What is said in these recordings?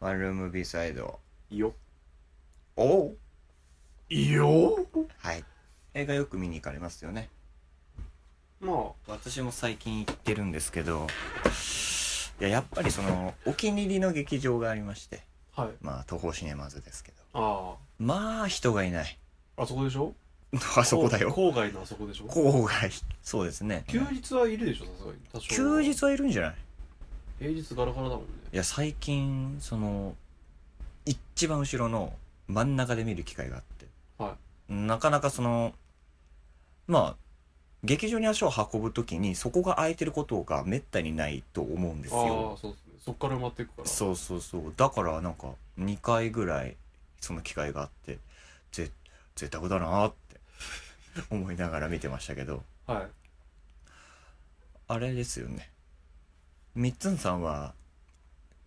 ワンルームビサイド。よ。おうよはい。映画よく見に行かれますよね。ま私も最近行ってるんですけど、いや、やっぱりその、お気に入りの劇場がありまして、あ、はい。まあ、東宝シネマズですけど。あまあ、人がいない。あ、あそこでしょあそこだよ。郊外のあそこでしょ郊外。そうですね。休日はいるでしょ、さすがに。多少休日はいるんじゃない平日ガラガラだもんね。いや、最近、その、一番後ろの真ん中で見る機会があって。はなかなかその、まあ、劇場に足を運ぶときにそこが空いてることがめったにないと思うんですあよあ、。そうですね。そっから埋まっていくから。そうそうそう。だからなんか2回ぐらいその機会があって、ぜ、贅沢だなーって思いながら見てましたけど、はい。あれですよね。みっつんさんは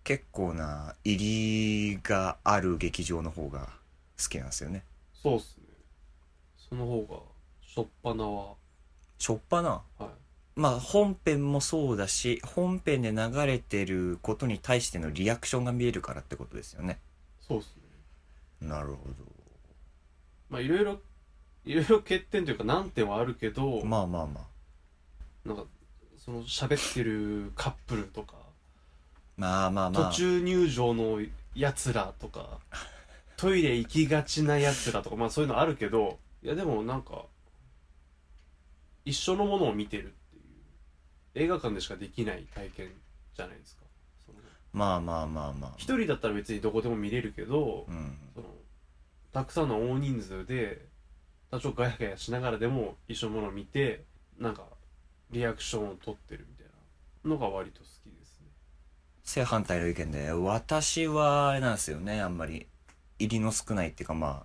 結構な入りがある劇場の方が好きなんですよね。そうっすね。その方が、しょっぱなは、しょっぱな。はい。まあ本編もそうだし本編で流れてることに対してのリアクションが見えるからってことですよねそうっすね。なるほまあ、いろいろ、いろいろ欠点というか難点はあるけど、まあまあまあなんか、その喋ってるカップルとか、まあまあまあ途中入場のやつらとか、トイレ行きがちなやつらとか、まあそういうのあるけど、いやでもなんか、一緒のものを見てるっていう、映画館でしかできない体験じゃないですか。そのまあまあまあまあ一人だったら別にどこでも見れるけど、うんそのたくさんの大人数で多少ガヤガヤしながらでも一緒のものを見てなんかリアクションを取ってるみたいなのが割と好きですね正反対の意見で私はあれなんですよねあんまり入りの少ないっていうかまあ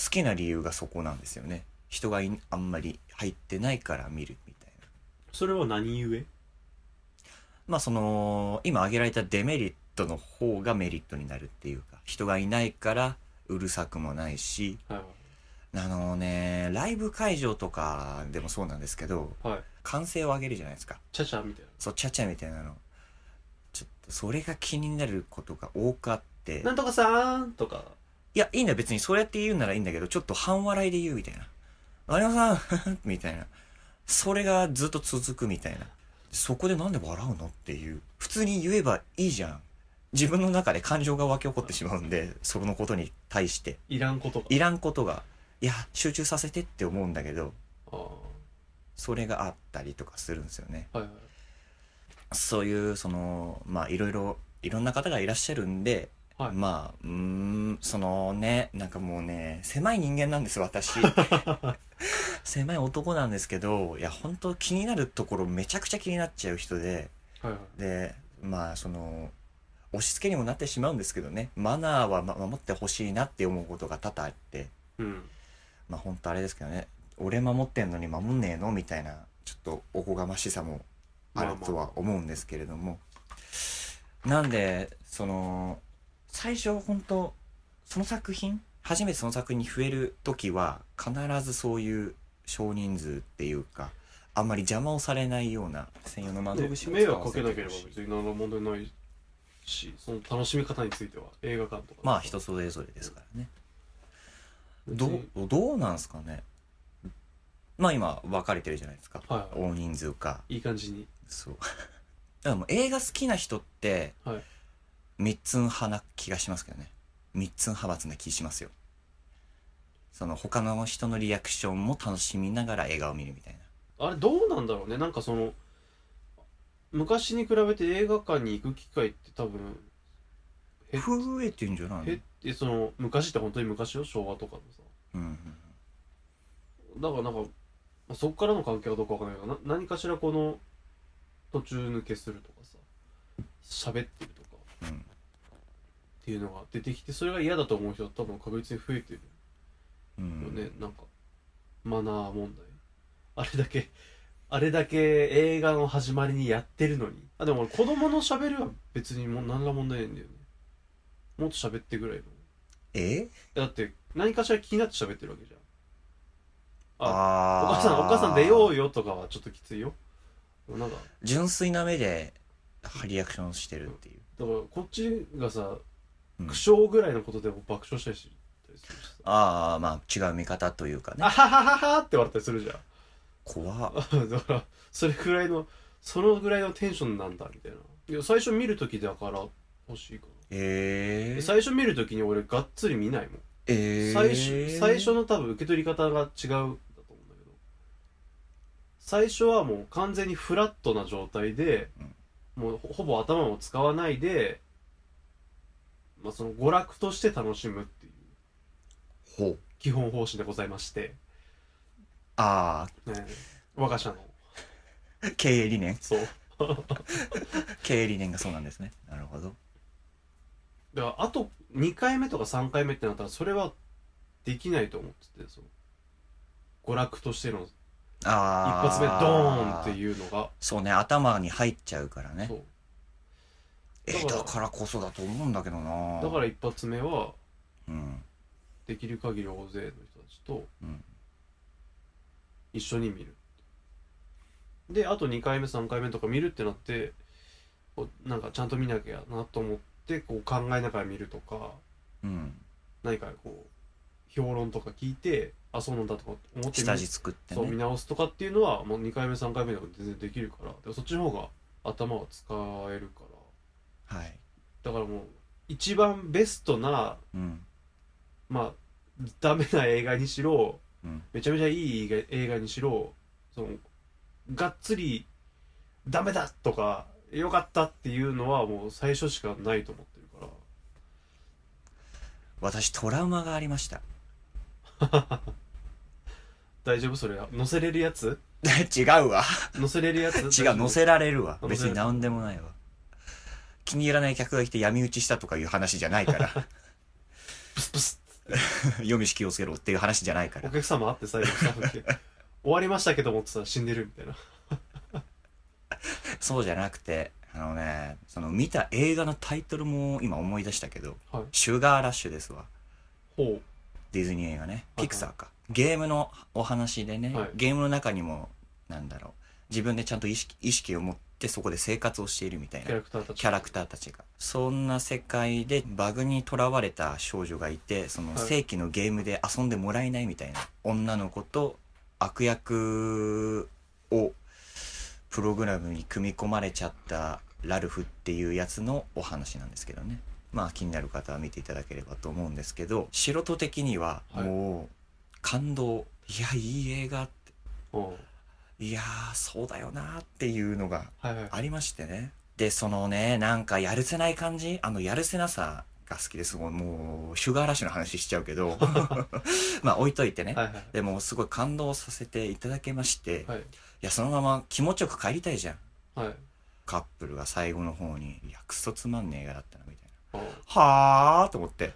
好きな理由がそこなんですよね人がいんあんまり入ってないから見るみたいなそれは何故まあその今挙げられたデメリットの方がメリットになるっていうか人がいないからうるさくもないしはいあのねライブ会場とかでもそうなんですけどはいはい歓声を上げるじゃないですかチャチャみたいそうチャチャみたいなのちょっとそれが気になることが多かってななんとかさーんとかいやいいんだ別にそうやって言うならいいんだけどちょっと半笑いで言うみたいな「有山さん! 」 みたいなそれがずっと続くみたいなそこでなんで笑うのっていう普通に言えばいいじゃん自分の中で感情が湧き起こってしまうんでそのことに対していらんことがいらんことがいや集中させてって思うんだけどああそれがあったりとかするんですよねはいはいそういうそのまあいろいろいろんな方がいらっしゃるんで、はいまあうーんそのねなんかもうね狭い人間なんです 私狭い男なんですけどいや本当気になるところめちゃくちゃ気になっちゃう人ではいはいでまあその押し付けにもなってしまうんですけどねマナーはま守ってほしいなって思うことが多々あってうんまあ本当あれですけどね俺守ってんのに守んねえのみたいなちょっとおこがましさもあるとは思うんですけれども、なんでその最初本当その作品初めてその作品に増える時は必ずそういう少人数っていうかあんまり邪魔をされないような専用の窓で口を迷惑使わせてかけなほければしい別に何の問題ないしその楽しみ方については映画館とかまあ人それぞれですからね別どにうどうなんすかねまあ今分かれてるじゃないですか、はいは大人数かいいい感じにそう。 でも映画好きな人って、はい三つん派な気がしますけどね。三つん派閥な気しますよ。その他の人のリアクションも楽しみながら映画を見るみたいな。あれどうなんだろうねなんかその昔に比べて映画館に行く機会って多分減っ増えてんじゃないの減ってその昔って本当に昔よ昭和とかのさうんうんうん。だからなんか、まあ、そっからの関係はどうかわかんないけどな何かしらこの途中抜けするとかさ喋ってるとかうんっていうのが出てきてそれが嫌だと思う人は多分確実に増えてるうんよね、なんかマナー問題あれだけあれだけ映画の始まりにやってるのにあでも俺子供の喋りは別にもう何ら問題ないんだよねもっと喋ってぐらいのえだって何かしら気になって喋ってるわけじゃんおあ母さんお母さん出よううよとかはちょっときついよなんか純粋な目でリアクションしてるっていう。だからこっちがさうん苦笑ぐらいのことでも爆笑したりしたりするしさああまあ違う見方というかあねははははって笑ったりするじゃん怖っあ だからそれくらいのそのぐらいのテンションなんだみたいないや最初見るときだから欲しいかえなー、最初見るときに俺がっつり見ないもん、えー、最初最初の多分受け取り方が違うんだと思うんだけど最初はもう完全にフラットな状態で、もうほほぼ頭を使わないで、まあ、その娯楽として楽しむっていうほう基本方針でございまして、あね、我が社のあ経営理念そう経営理念がそうなんですねなるほどだからあと2回目とか3回目ってなったらそれはできないと思っててその娯楽としての一ああ発目ドーンっていうのがそうね頭に入っちゃうからねそうえーだからこそだと思うんだけどなだから一発目はうんできる限り大勢の人たちとうん一緒に見るであと2回目3回目とか見るってなってこうなんかちゃんと見なきゃなと思ってこう考えながら見るとかうん何かこう評論とか聞いてあそうなんだとか思ってみ下地作ってそう見ね直すとかっていうのはもう2回目3回目でも全然できるからでもそっちの方が頭は使えるかはいらだからもう一番ベストなうんまあダメな映画にしろうんめちゃめちゃいい映画映画にしろそのがっつりダメだとかよかったっていうのはもう最初しかないと思ってるか私トラウマがありました ら大丈夫それ載せれるやつ違うわ載せれるやつ 違う載せられるわあ別載せられにる何でもないわ気に入らない客が来て闇討ちしたとかいう話じゃないから プスプス夜飯気をつけろっていう話じゃないかおら客様あって最後スタッフ来て 終わりましたけどもってさ死んでるみたいなそうじゃなくてあのねその見た映画のタイトルも今思い出したけどはい「シュガーラッシュ」ですわほディズニー映画ねはいピクサーかゲームのお話でね、はいゲームの中にもなんだろう自分でちゃんと意識意識を持ってそこで生活をしているみたういキャなラクターたちキャラクターたちがそんな世界でバグにとらわれた少女がいてそのはい正規のゲームで遊んでもらえないみたいな、女の子と悪役をプログラムに組み込まれちゃったラルフっていうやつのお話なんですけどねまあ気になる方は見ていただければと思うんですけど素人的にははいもう感動、い、やいい映画ってうんはいやーそうだよなーっていうのがいはいありましてねでそのねなんかやるせない感じあのやるせなさが好きですごいもうシュガーラッシュの話しちゃうけどまあ置いといてね、はいはいでもすごい感動させていただけまして、、はいいやそのまま気持ちよく帰りたいじゃんはいカップルが最後の方に「いやクソつまんねえ映画だったな」みたいなうん「はあ」と思って、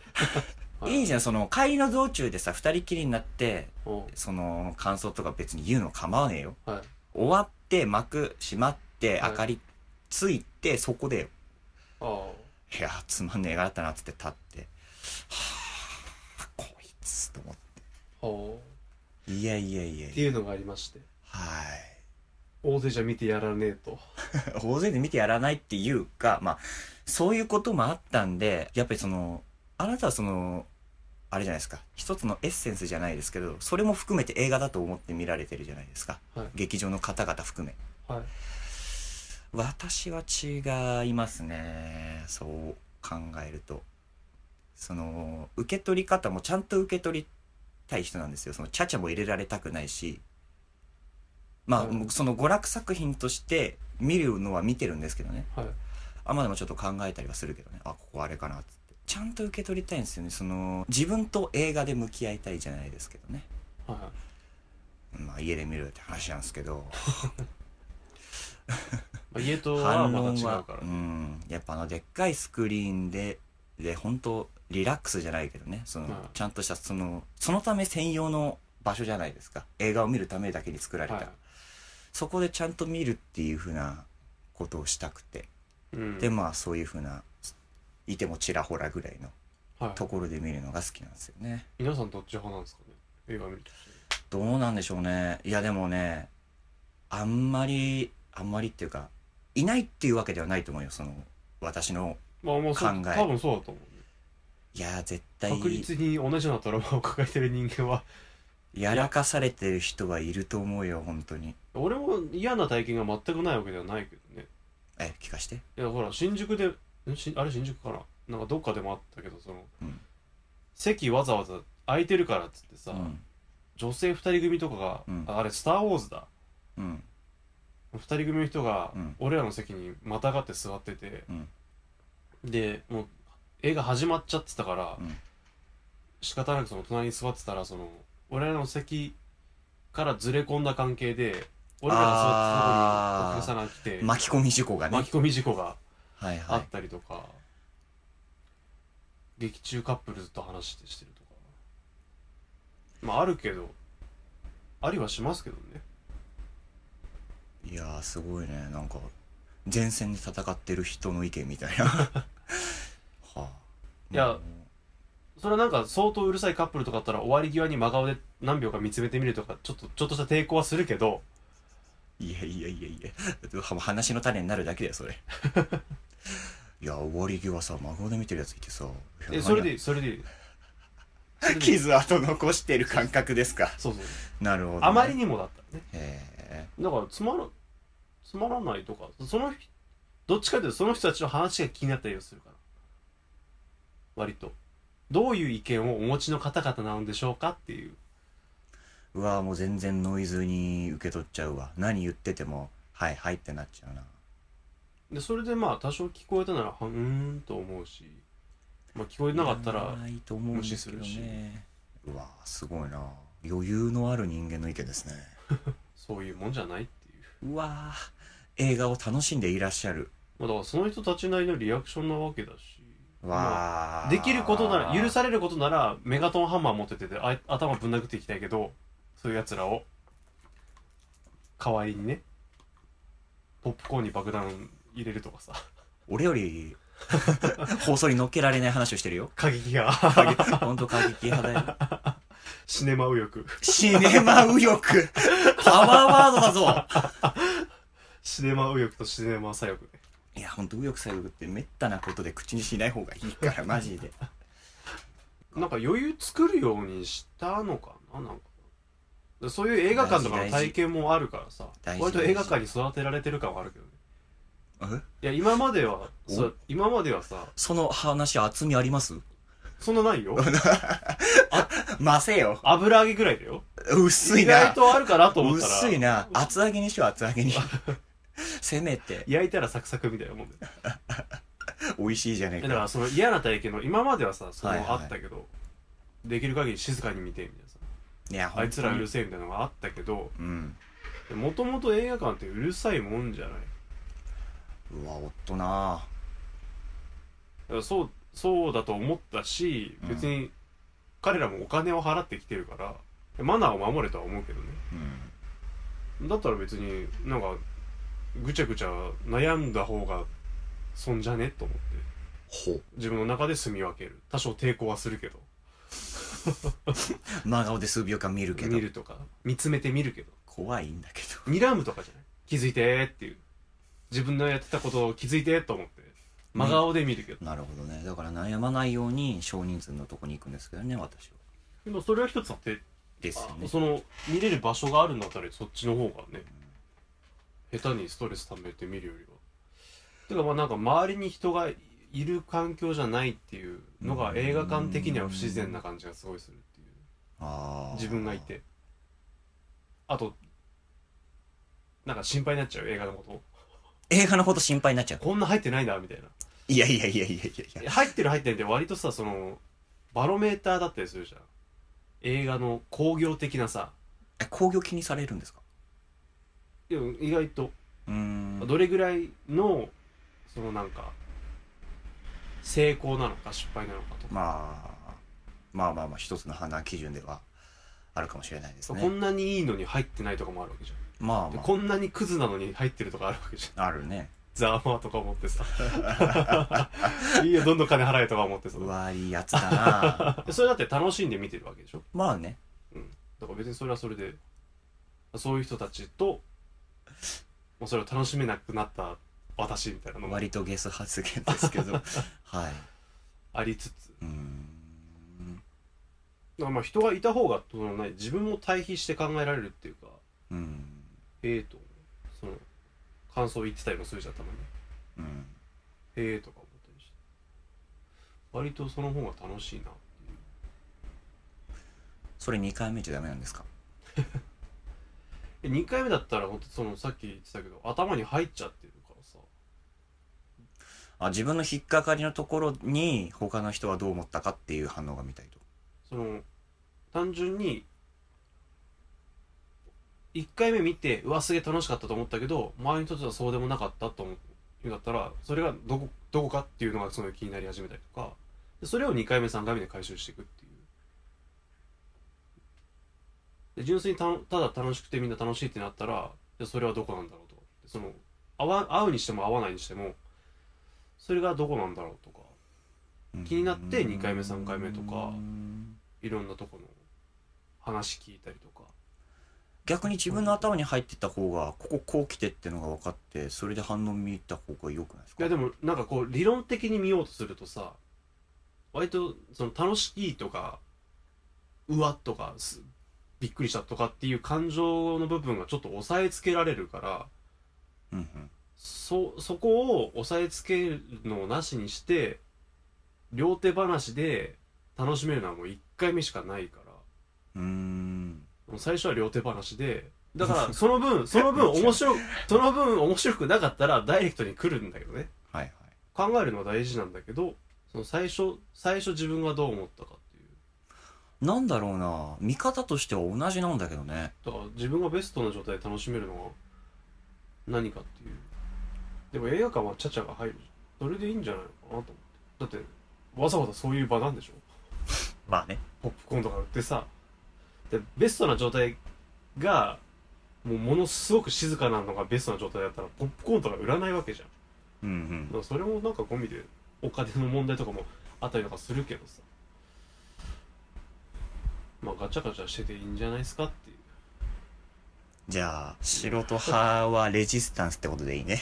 はいいいじゃんその帰りの道中でさ二人きりになってうんその感想とか別に言うの構わねえよはい終わって幕閉まってはい明かりついて、そこでああ「いやつまんねえ映画だったな」っつって立って「はあこいつ」と思っほて「いやいやいやうっいてやいうのがありましてはい」 大勢じゃ見てやらねえと大勢で見てやらないっていうか、まあ、そういうこともあったんで、やっぱりその、あなたはその、あれじゃないですか、一つのエッセンスじゃないですけど、それも含めて映画だと思って見られてるじゃないですか。はい劇場の方々含め。はい私は違いますね。そう考えると。その、受け取り方もちゃんと受け取りたい人なんですよ。その、ちゃちゃも入れられたくないし。まあ、うんその娯楽作品として見るのは見てるんですけどね。はいあまあでもちょっと考えたりはするけどねあここあれかなっつってちゃんと受け取りたいんですよねその自分と映画で向き合いたいじゃないですけどねはまあ家で見るって話なんですけどいまあ家とは反また論違うはからうんやっぱあのでっかいスクリーンでで本当リラックスじゃないけどねその、うんちゃんとしたそのそのため専用の場所じゃないですか映画を見るためだけに作られた、はそこでちゃんと見るっていうふうなことをしたくて、いうんでまあそういうふうないてもちらほらぐらいのはいところで見るのが好きなんですよね皆さんどっち派なんですかね映画見るとしてどうなんでしょうねいやでもねあんまりあんまりっていうかいないっていうわけではないと思うよその私のまあまあそう考え多分そうだと思うねいやー絶対確実に同じようなトラウマを抱えてる人間はやらかされてる人はいると思うよ本当に俺も嫌な体験が全くないわけではないけどねえ聞かしていやほら新宿でんしあれ新宿かななんかどっかでもあったけどその、うん席わざわざ空いてるからっつってさ、うん女性2人組とかが、うんああれ「スター・ウォーズだ」うん2人組の人がうん俺らの席にまたがって座ってて、うんでもう映画始まっちゃってたから、うん仕方なくその隣に座ってたらその俺らの席からずれ込んだ関係で俺らが座ってたとこにお客さんが来て、巻き込み事故がね、巻き込み事故がはいあはったりとか、劇中カップルずっと話してしてるとかまああるけどありはしますけどねいいやーすごいねなんか前線で戦ってる人の意見みたい なはあいやもそれはなんか相当うるさいカップルとかだったら終わり際に真顔で何秒か見つめてみるとかちょっとちょっとした抵抗はするけどういやいやいやいやは話の種になるだけだよそれ いや終わり際さ孫で見てるやついてさいえやそれでいいそれでいいそれでいい傷跡残してる感覚ですかそうそうなるほどね、 あまりにもだったらねへえだからつまらつまらないとかその人どっちかというとその人たちの話が気になったりはするから割とどういう意見をお持ちの方々なんでしょうかっていううわーもう全然ノイズに受け取っちゃうわ何言っててもはいはいってなっちゃうなでそれでまあ多少聞こえたならはうーんと思うし、まあ、聞こえなかったらいいと思うんですけど無視するねうわーすごいな余裕のある人間の意見ですねそういうもんじゃないっていううわー映画を楽しんでいらっしゃるまあ、だからその人たちなりのリアクションなわけだし、まわあ、ーできることなら許れされることならメガトンハンマー持っててあ頭ぶん殴っていきたいけどそういうやつらを代わりにねポップコーンに爆弾入れるとかさ俺よ り放送に乗っけられない話をしてるよ過激が本当過激派だよ シネマ右翼シネマ右翼パワーワードだぞシネマ右翼とシネマ左翼ねいや本当右翼左翼ってめったなことで口にしない方がいいからマジ でなんか余裕作るようにしたのかななんかでそういう映画館とかの体験もあるからさ大事大割事と映画館に育てられてる感はあるけどねえいや今まではおそう今まではさその話厚みありますそんなないよませよ。油揚げぐらいだよ薄い意外な。とあるかなと思ったら薄いな。厚揚げにしよう、厚揚げに。 せめて、焼いたらサクサクみたいなもんだよ美味しいじゃねええだかか。らその嫌な体験の今まではさそのはいはいあったけど、できる限り静かに見てみたいなさいや、あいつらう本るせえみたいなのがあったけど当にうん。もともと映画館ってうるさいもんじゃないうわ、おっとなだからそうそうだと思ったしうん別に彼らもお金を払ってきてるからマナーを守れとは思うけどねうん。だったら別になんかぐちゃぐちゃ悩んだ方が損じゃねと思ってほ。自分の中で住み分ける多少抵抗はするけど真顔で数秒間見るけど見。るとか見つめて見るけど怖いんだけど。睨むとかじゃない気づいてーっていう自分のやってたことを気づいてーと思って真顔で見るけど、なるほどね。だから悩まないように少人数のとこに行くんですけどね、私は。でもそれは一つあってですよね。その見れる場所があるんだったらそっちの方がね、下手にストレス溜めて見るよりはてかまあなんか周りに人がいる環境じゃないっていうのが映画館的には不自然な感じがすごいするっていうああ。自分がい。てあとなんか心配になっちゃう映画のこと映画のこと心配になっちゃう。こんな入ってないなみたい ないやいやいやいやいやいや。入ってる入ってないって割とさそのバロメーターだったりするじゃん映画の興行的なさえ、工業気にされるんですかいや意外とうーん。どれぐらいのそのなんか成功なのか失敗なのかとか、まあ、まあまあまあ、一つの判断基準ではあるかもしれないですね。こんなにいいのに入ってないとかもあるわけじゃまあんでまこんなにクズなのに入ってるとかあるわけじゃんあ、あるね。ざわまとか思っ てさいいよどんどん金払えとか思ってさうわ、いいやつだな それだって楽しんで見てるわけでしょまあね。だから別にそれはそれでそういう人たちともうそれを楽しめなくなった私みたいなのも 割とゲス発言ですけど。はい。ありつつうーんだからまあ人がいた方がその、ね、自分も対比して考えられるっていうかうんへえとその感想言ってたりもするじゃんたまにうんへえとか思ったりして割とその方が楽しいなっていうそれ2回目じゃダメなんですかえ2回目だったら本当そのさっき言ってたけど頭に入っちゃってるからさあ自分の引っかかりのところに他の人はどう思ったかっていう反応が見たいとその単純に1回目見てうわすげえ楽しかったと思ったけど周りの人はそうでもなかったと思うんだったらそれがどこどこかっていうのがすごい気になり始めたりとかでそれを2回目3回目で回収していくっていうで純粋にたただ楽しくてみんな楽しいってなったらじゃあそれはどこなんだろうとかその合わ合うにしても合わないにしてもそれがどこなんだろうとか気になって2回目3回目とかうんいろんなとこの話聞いたりとか逆に自分の頭に入ってった方がこここう来てってのが分かってそれで反応見た方が良くないですいかやでもなんかこう理論的に見ようとするとさ割とその楽しいとかうわっとかすびっくりしたとかっていう感情の部分がちょっと抑えつけられるからうんうんそそこを抑えつけるのをなしにして両手話で楽しめるのはもう1回目しかないからうーんもう最初は両手話でだからその分その分面白 くその分面白くなかったらダイレクトに来るんだけどねはいはい考えるのは大事なんだけどその最初最初自分がどう思ったかっていうなんだろうな見方としては同じなんだけどねだから自分がベストな状態で楽しめるのは何かっていうでも映画館はちゃちゃが入るじゃんそれでいいんじゃないのかなと思ってだってわざわざそういう場なんでしょまあねポップコーンとか売ってさでベストな状態がもうものすごく静かなのがベストな状態だったらポップコーンとか売らないわけじゃんうんだうからそれもなんかゴミでお金の問題とかもあったりとかするけどさまあガチャガチャしてていいんじゃないですかっていうじゃあ素人派はレジスタンスってことでいいね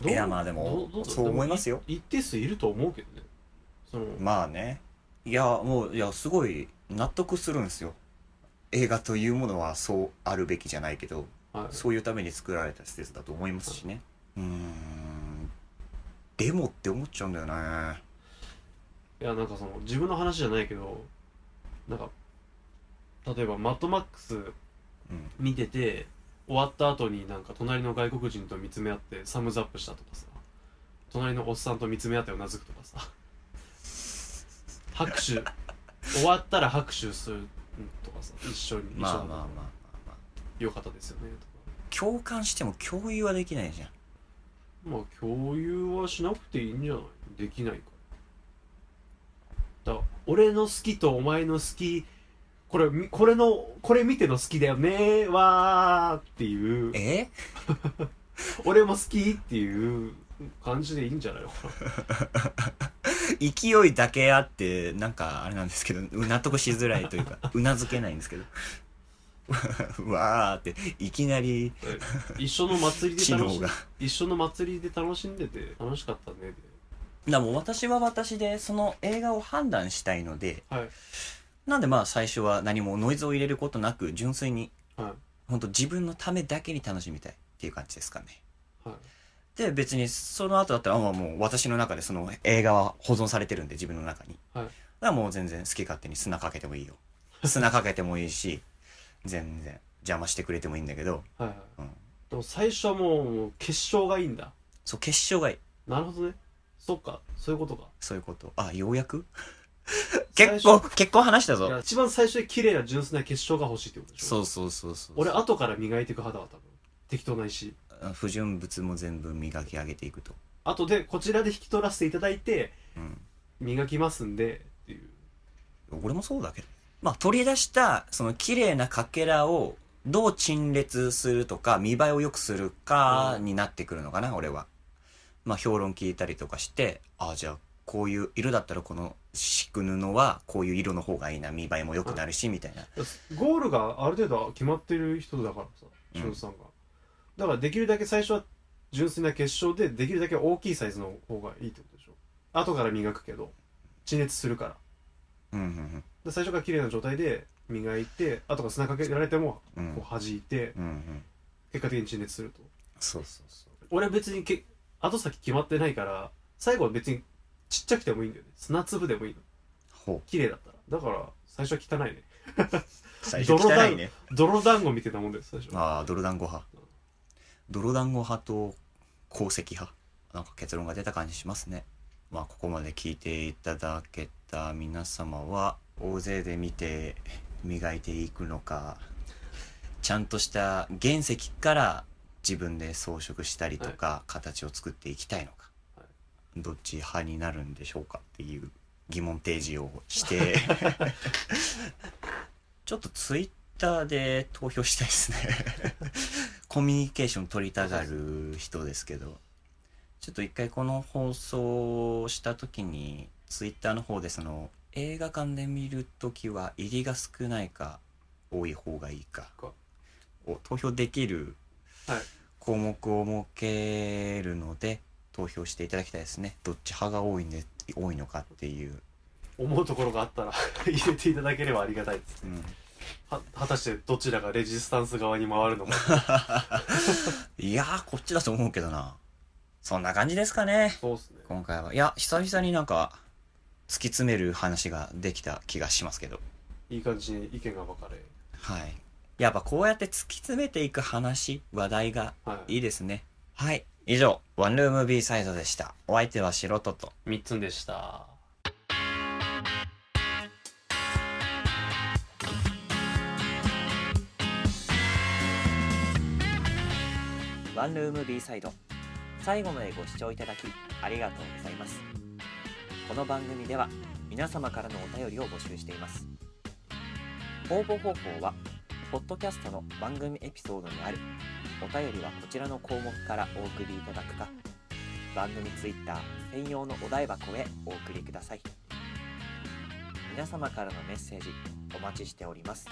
どういやまあでもどどだそう思いますよでも一定数いると思うけどねその、まあねいやもういやすごい納得するんですよ映画というものはそうあるべきじゃないけどはいそういうために作られた施設だと思いますしねうーんでもって思っちゃうんだよねいやなんかその自分の話じゃないけどなんか例えばマッドマックスうん見てて終わった後になんか隣の外国人と見つめ合ってサムズアップしたとかさ隣のおっさんと見つめ合ってうなずくとかさ拍手終わったら拍手するとかさ一緒にまあま一緒あにまあまあまあよかったですよねとか共感しても共有はできないじゃんまあ共有はしなくていいんじゃないできないからだから俺の好きとお前の好きこれみこれのこれ見ての好きだよねわーっていうえ俺も好きっていう感じでいいんじゃな いのかな勢いだけあってなんかあれなんですけど納得しづらいと いうかうなずけないんですけど うわーっていきなり一緒の祭りで知楽能しが一緒の祭りで楽しんでて楽しかったねでだからもう私は私でその映画を判断したいのではいなんでまあ最初は何もノイズを入れることなく純粋には本当自分のためだけに楽しみたいっていう感じですかねいはいで別にその後だったらあまあもう私の中でその映画は保存されてるんで自分の中に、はいだからもう全然好き勝手に砂かけてもいいよ砂かけてもいいし全然邪魔してくれてもいいんだけど、はいはいうん、でも最初はもうもう決勝がいいんだそう決勝がいいなるほどねそっかそういうことかそういうことあようや く最結初構結構話したいやぞ一番最初で綺麗な純粋な決勝が欲しいってことでしょそうそうそうそう俺後から磨いていく肌は多分適当な石不純物も全部磨き上げていくと、後でこちらで引き取らせていただいてうん、磨きますんでっていう俺もそうだけど。まあ、取り出した、その綺麗なかけらを、どう陳列するとか、見栄えを良くするか、になってくるのかな、俺は。まあ、評論聞いたりとかして、ああ、じゃあ、こういう色だったらこの敷く布は、こういう色の方がいいな、見栄えも良くなるし、みたいな。ゴールがある程度決まってる人だからさうん俊さんが、だからできるだけ最初は純粋な決勝でできるだけ大きいサイズの方がいいってことでしょ後から磨くけど地熱するからうんうんで最初から綺麗な状態で磨いて後から砂かけられてもうんうんこう弾いてうんうん結果的に地熱するとそうそうそう俺は別にけ後先決まってないから最後は別にちっちゃくてもいいんだよね砂粒でもいいのほ綺麗だったらだから最初は汚いねう最初汚いね泥団子みたいなもんです最初ああ泥団子派泥団子派と鉱石派なんか結論が出た感じしますねまあここまで聞いていただけた皆様は大勢で見て磨いていくのかちゃんとした原石から自分で装飾したりとか、形を作っていきたいのか、はどっち派になるんでしょうかっていう疑問提示をしてちょっとツイッターで投票したいですね コミュニケーション取りたがる人ですけどちょっと一回この放送をした時にツイッターの方でその映画館で見る時は入りが少ないか多い方がいいかかを投票できるはい項目を設けるので投票していただきたいですねどっち派が多い,、ね、多いのかっていう、思うところがあったら 入れていただければありがたいですうんは果たしてどちらがレジスタンス側に回るの かいやーこっちだと思うけどなそんな感じですかねそうですね今回はいや久々になんか突き詰める話ができた気がしますけどいい感じに意見が分かれはいやっぱこうやって突き詰めていく話話題がはいいいですねはい以上ワンルーム B サイドでしたお相手は素人と3つんでしたワンルーム B サイド最後までご視聴いただきありがとうございますこの番組では皆様からのお便りを募集しています応募方法はポッドキャストの番組エピソードにあるお便りはこちらの項目からお送りいただくか番組ツイッター専用のお台箱へお送りください皆様からのメッセージお待ちしております